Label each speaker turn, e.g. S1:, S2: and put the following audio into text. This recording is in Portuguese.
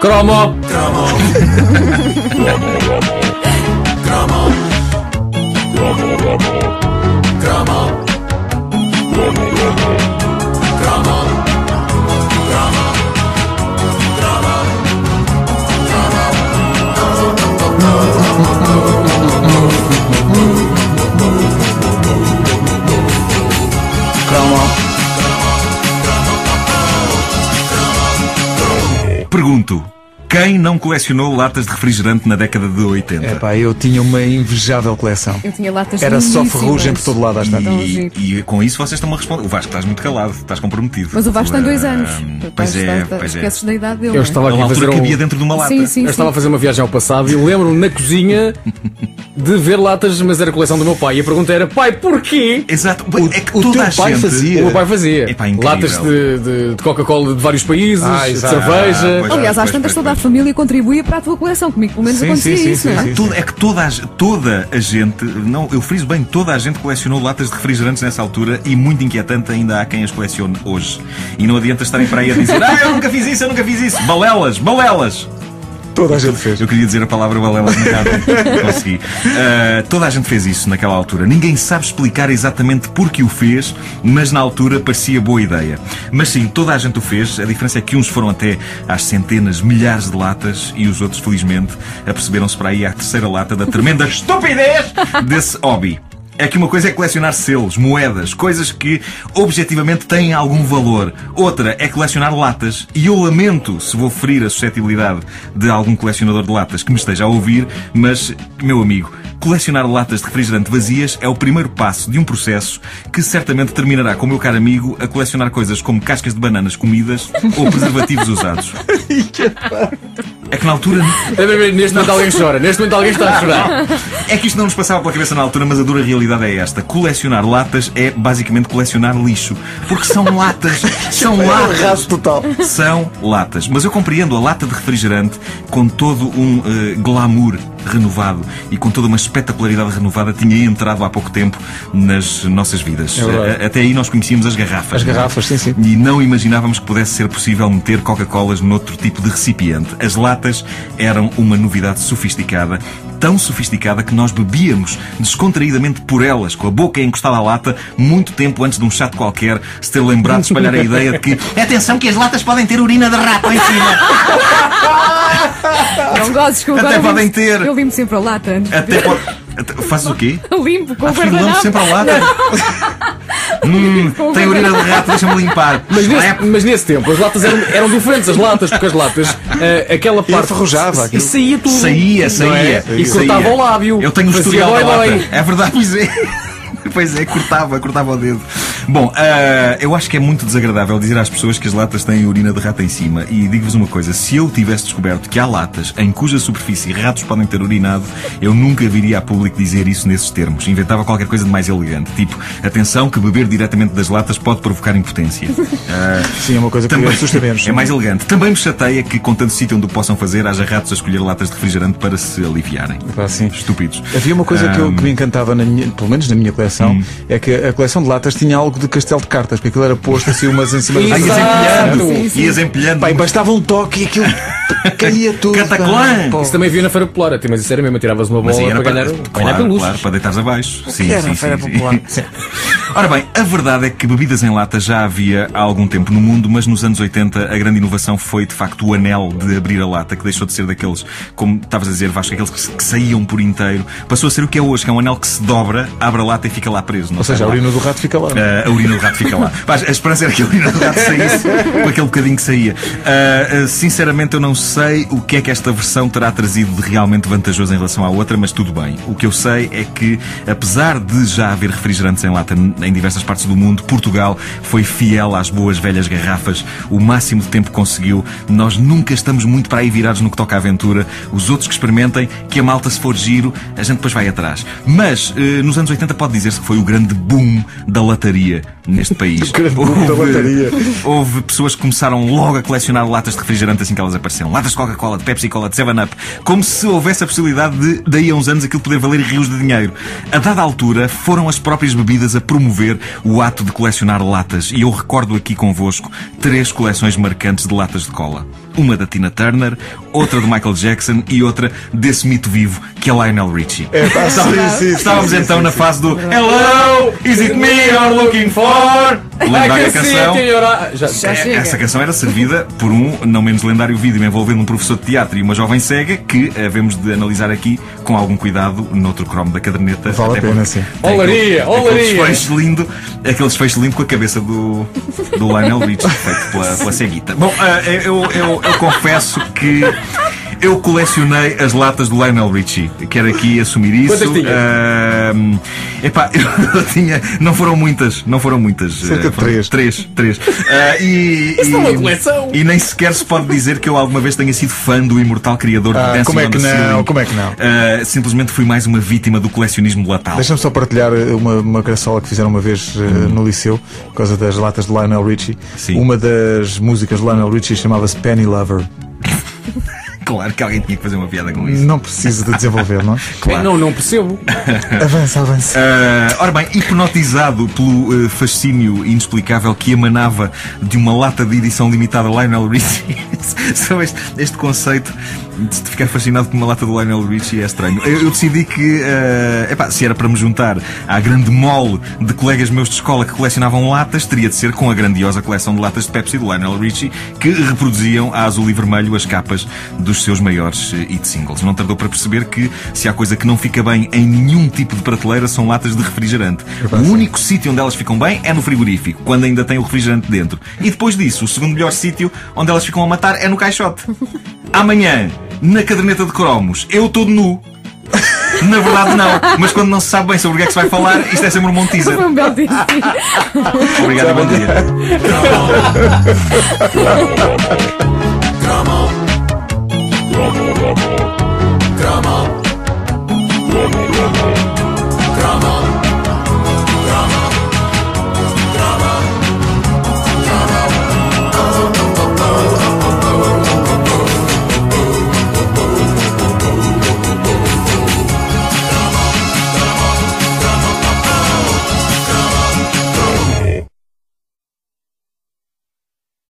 S1: Cromo!
S2: Pergunto: quem não colecionou latas de refrigerante na década de 80?
S3: É pá, eu tinha uma invejável coleção.
S4: Eu tinha latas
S3: Era só
S4: lindíssimas.
S3: ferrugem por todo lado às tantas.
S4: Tão
S2: E,
S4: giro.
S2: e com isso vocês estão-me a responder. O Vasco, estás muito calado, estás comprometido.
S4: Mas o Vasco tem dois
S2: Ah,
S4: anos. Tu
S2: Pois
S4: estás-
S2: é,
S4: estás-
S2: pois é.
S4: Esqueces da idade dele.
S1: Eu
S4: não é?
S1: estava aqui
S2: Ele
S1: a
S2: na
S1: fazer
S2: altura
S1: um-
S2: cabia dentro de uma lata.
S4: Sim, sim,
S1: Eu estava a
S4: sim.
S1: fazer uma viagem ao passado e lembro-me na cozinha de ver latas, mas era coleção do meu pai. E a pergunta era: pai, porquê?
S2: Exato. é que
S3: o
S2: toda
S3: teu
S2: a
S3: pai
S2: gente...
S3: fazia.
S1: O meu pai fazia
S2: Epá, incrível.
S1: latas de, de- de Coca-Cola de vários países,
S3: Ah,
S1: de
S3: exato.
S1: cerveja.
S2: Ah, pois é.
S4: Aliás, às
S2: Pois,
S4: tantas
S2: pois,
S4: toda a
S2: pois.
S4: família contribuía para a tua coleção. Comigo, pelo menos,
S3: Sim,
S4: acontecia
S3: sim, sim,
S4: isso, não é?
S3: sim,
S2: Toda- é que toda a, toda a gente, não, eu friso bem, toda a gente colecionou latas de refrigerantes nessa altura e muito inquietante ainda há quem as colecione hoje. E não adianta estarem para aí a dizer, ah, eu nunca fiz isso, eu nunca fiz isso. Balelas, balelas.
S3: Toda a gente fez.
S2: Eu queria dizer a palavra balelas na rádio. Consegui. Ah, toda a gente fez isso naquela altura. Ninguém sabe explicar exatamente porque o fez, mas na altura parecia boa ideia. Mas sim, toda a gente o fez. A diferença é que uns foram até às centenas, milhares de latas e os outros, felizmente, aperceberam-se para aí à terceira lata da tremenda estupidez desse hobby. É que uma coisa é colecionar selos, moedas, coisas que objetivamente têm algum valor. Outra é colecionar latas. E eu lamento se vou ferir a suscetibilidade de algum colecionador de latas que me esteja a ouvir, mas, meu amigo, colecionar latas de refrigerante vazias é o primeiro passo de um processo que certamente terminará com o meu caro amigo a colecionar coisas como cascas de bananas comidas ou preservativos usados. É que na altura
S1: Neste momento alguém chora, neste momento alguém está a chorar.
S2: é que isto não nos passava pela cabeça na altura, mas a dura realidade é esta. Colecionar latas é basicamente colecionar lixo. Porque são latas. São latas.
S3: Raso total.
S2: São latas. Mas eu compreendo a lata de refrigerante com todo um eh, glamour renovado e com toda uma espetacularidade renovada tinha entrado há pouco tempo nas nossas vidas.
S3: É verdade.
S2: Eh, Até aí nós conhecíamos as garrafas.
S3: As
S2: não é?
S3: garrafas, sim, sim.
S2: E não imaginávamos que pudesse ser possível meter Coca-Colas noutro tipo de recipiente. As latas eram uma novidade sofisticada, tão sofisticada que nós bebíamos descontraídamente por elas, com a boca encostada à lata, muito tempo antes de um chato qualquer se ter lembrado de espalhar a ideia de que atenção que as latas podem ter urina de rato em cima.
S4: Não gozes que eu
S2: Até
S4: agora
S2: podem
S4: limpo-
S2: ter.
S4: Eu limpo sempre a lata. antes.
S2: Até pode... Até- Fazes o quê?
S4: Eu limpo com
S2: Ah,
S4: o
S2: filho, lambe
S4: guardanapo.
S2: sempre a lata. Hum,
S4: Com o
S2: tem urina de rato, deixa-me limpar.
S1: Mas
S2: Slap.
S1: nesse, mas nesse tempo as latas eram, eram diferentes, as latas, porque as latas, ah, aquela parte.
S3: enferrujava
S1: E
S3: aquilo.
S1: saía tudo.
S2: Saía,
S1: não
S2: saía.
S1: é? E
S2: saía.
S1: cortava o lábio.
S2: Eu tenho um
S1: Fazia
S2: historial da
S1: dói,
S2: lata.
S1: dói.
S2: É verdade, pois é. Pois é, cortava, cortava o dedo. Bom, ah, eu acho que é muito desagradável dizer às pessoas que as latas têm urina de rato em cima. E digo-vos uma coisa: se eu tivesse descoberto que há latas em cuja superfície ratos podem ter urinado, eu nunca viria a público dizer isso nesses termos. Inventava qualquer coisa de mais elegante. Tipo, atenção que beber diretamente das latas pode provocar impotência.
S3: Sim, é uma coisa que me assusta menos.
S2: É mais elegante. Também me chateia que, com tanto sítio onde o possam fazer, haja ratos a escolher latas de refrigerante para se aliviarem.
S3: Pá, Ah, sim.
S2: Estúpidos.
S3: Havia uma coisa que, eu, que me encantava, na minha- pelo menos na minha coleção,
S2: Hum.
S3: é que a coleção de latas tinha algo de castelo de cartas, porque aquilo era posto assim umas em cima das
S2: Ah,
S1: Exato.
S2: ias
S3: outras.
S2: empilhando.
S4: Sim, sim.
S2: Ias empilhando.
S3: Pá, e bastava um toque e aquilo caía tudo. pá.
S2: Cataclã! é
S3: Pô,
S1: Isso também havia na Feira Popular, até, mas isso era mesmo, tiravas uma bola
S2: Mas aí
S1: para
S2: era
S1: ganhar,
S2: claro,
S1: ganhar peluche.
S2: claro, para deitares abaixo. Sim,
S3: era
S2: sim,
S3: a
S2: sim,
S3: Feira
S2: sim.
S3: Popular.
S2: Ora bem, a verdade é que bebidas em lata já havia há algum tempo no mundo, mas nos anos 80 a grande inovação foi de facto o anel de abrir a lata, que deixou de ser daqueles, como estavas a dizer, Vasco, aqueles que, se- que saíam por inteiro, passou a ser o que é hoje, que é um anel que se dobra, abre a lata e fica lá preso. não é?
S3: Ou
S2: sai
S3: seja, a
S2: lá.
S3: urina do rato fica lá.
S2: Ah, a urina do rato fica lá. Pá, a esperança era que a urina do rato saísse com aquele bocadinho que saía. Ah, ah, sinceramente, eu não sei o que é que esta versão terá trazido de realmente vantajoso em relação à outra, mas tudo bem. O que eu sei é que, apesar de já haver refrigerantes em lata n- em diversas partes do mundo, Portugal foi fiel às boas velhas garrafas o máximo de tempo que conseguiu. Nós nunca estamos muito para aí virados no que toca à aventura. Os outros que experimentem, que a malta, se for giro, a gente depois vai atrás. Mas, eh, nos anos 80 pode dizer-se que foi o grande boom da lataria neste país.
S3: grande boom da lataria.
S2: Houve pessoas que começaram logo a colecionar latas de refrigerante assim que elas apareceram. Latas de Coca-Cola, de Pepsi-Cola, de 7-Up. Como se houvesse a possibilidade de, daí a uns anos, aquilo poder valer rios de dinheiro. A dada altura, foram as próprias bebidas a promover o ato de colecionar latas. E eu recordo aqui convosco três coleções marcantes de latas de cola. uma da Tina Turner, outra do Michael Jackson e outra desse mito vivo que é Lionel Richie.
S3: É, pá, sim, sim,
S2: Estávamos
S3: sim, sim,
S2: então
S3: sim,
S2: na
S3: sim.
S2: fase do Hello, is it me you're looking for? Lendária
S1: I can see
S2: canção.
S1: it in your eye. Já-
S4: Já
S2: É,
S4: chega.
S2: Essa canção era servida por um não menos lendário vídeo envolvendo um professor de teatro e uma jovem cega que havemos de analisar aqui com algum cuidado noutro cromo da caderneta.
S3: Vale a
S2: Até
S3: pena,
S2: porque
S3: sim.
S2: tem
S1: Olaria,
S2: aquele- aquele
S1: olaria.
S2: desfecho lindo, aquele desfecho lindo com a cabeça do, do Lionel Richie, feito pela, pela ceguita. Bom, ah, eu, eu- eu confesso que eu colecionei as latas do Lionel Richie. Quero aqui assumir isso.
S1: Quantas tinhas?
S2: Ah, epá, eu tinha. Não foram muitas, não foram muitas.
S3: Cerca de
S2: Ah, foram
S3: três.
S2: Três, três. Ah, e,
S1: Isso não é
S2: e-
S1: uma coleção.
S2: E nem sequer se pode dizer que eu alguma vez tenha sido fã do imortal criador de
S3: Ah,
S2: Dancing
S3: como é
S2: on
S3: que
S2: the
S3: não?
S2: Ceiling.
S3: Como é que não?
S2: Ah, simplesmente fui mais uma vítima do colecionismo latal.
S3: Deixa-me só partilhar eh, uma, uma graçola que fizeram uma vez eh, no liceu, por causa das latas de Lionel Richie.
S2: Hum. Sim.
S3: Uma das músicas de Lionel Richie chamava-se Penny Lover.
S2: Claro que alguém tinha que fazer uma piada com isso.
S3: Não precisa de desenvolver, não? é?
S2: Claro.
S1: Não, não percebo.
S3: Avança, avança.
S2: Ah, ora bem, hipnotizado pelo eh, fascínio inexplicável que emanava de uma lata de edição limitada Lionel Richie, sabe este, este conceito de se ficar fascinado por uma lata do Lionel Richie é estranho. Eu, eu decidi que, eh, epá, se era para me juntar à grande mole de colegas meus de escola que colecionavam latas, teria de ser com a grandiosa coleção de latas de Pepsi do Lionel Richie, que reproduziam a azul e vermelho as capas dos seus maiores eh, hit singles. Não tardou para perceber que se há coisa que não fica bem em nenhum tipo de prateleira são latas de refrigerante. O único sítio onde elas ficam bem é no frigorífico, quando ainda tem o refrigerante dentro. E depois disso, o segundo melhor sítio onde elas ficam a matar é no caixote. Amanhã, na caderneta de cromos, eu todo nu. Na verdade, não. Mas quando não se sabe bem sobre o que é que se vai falar, isto é sempre um montiza.
S4: Foi um belo dia.
S2: Obrigado e bom dia.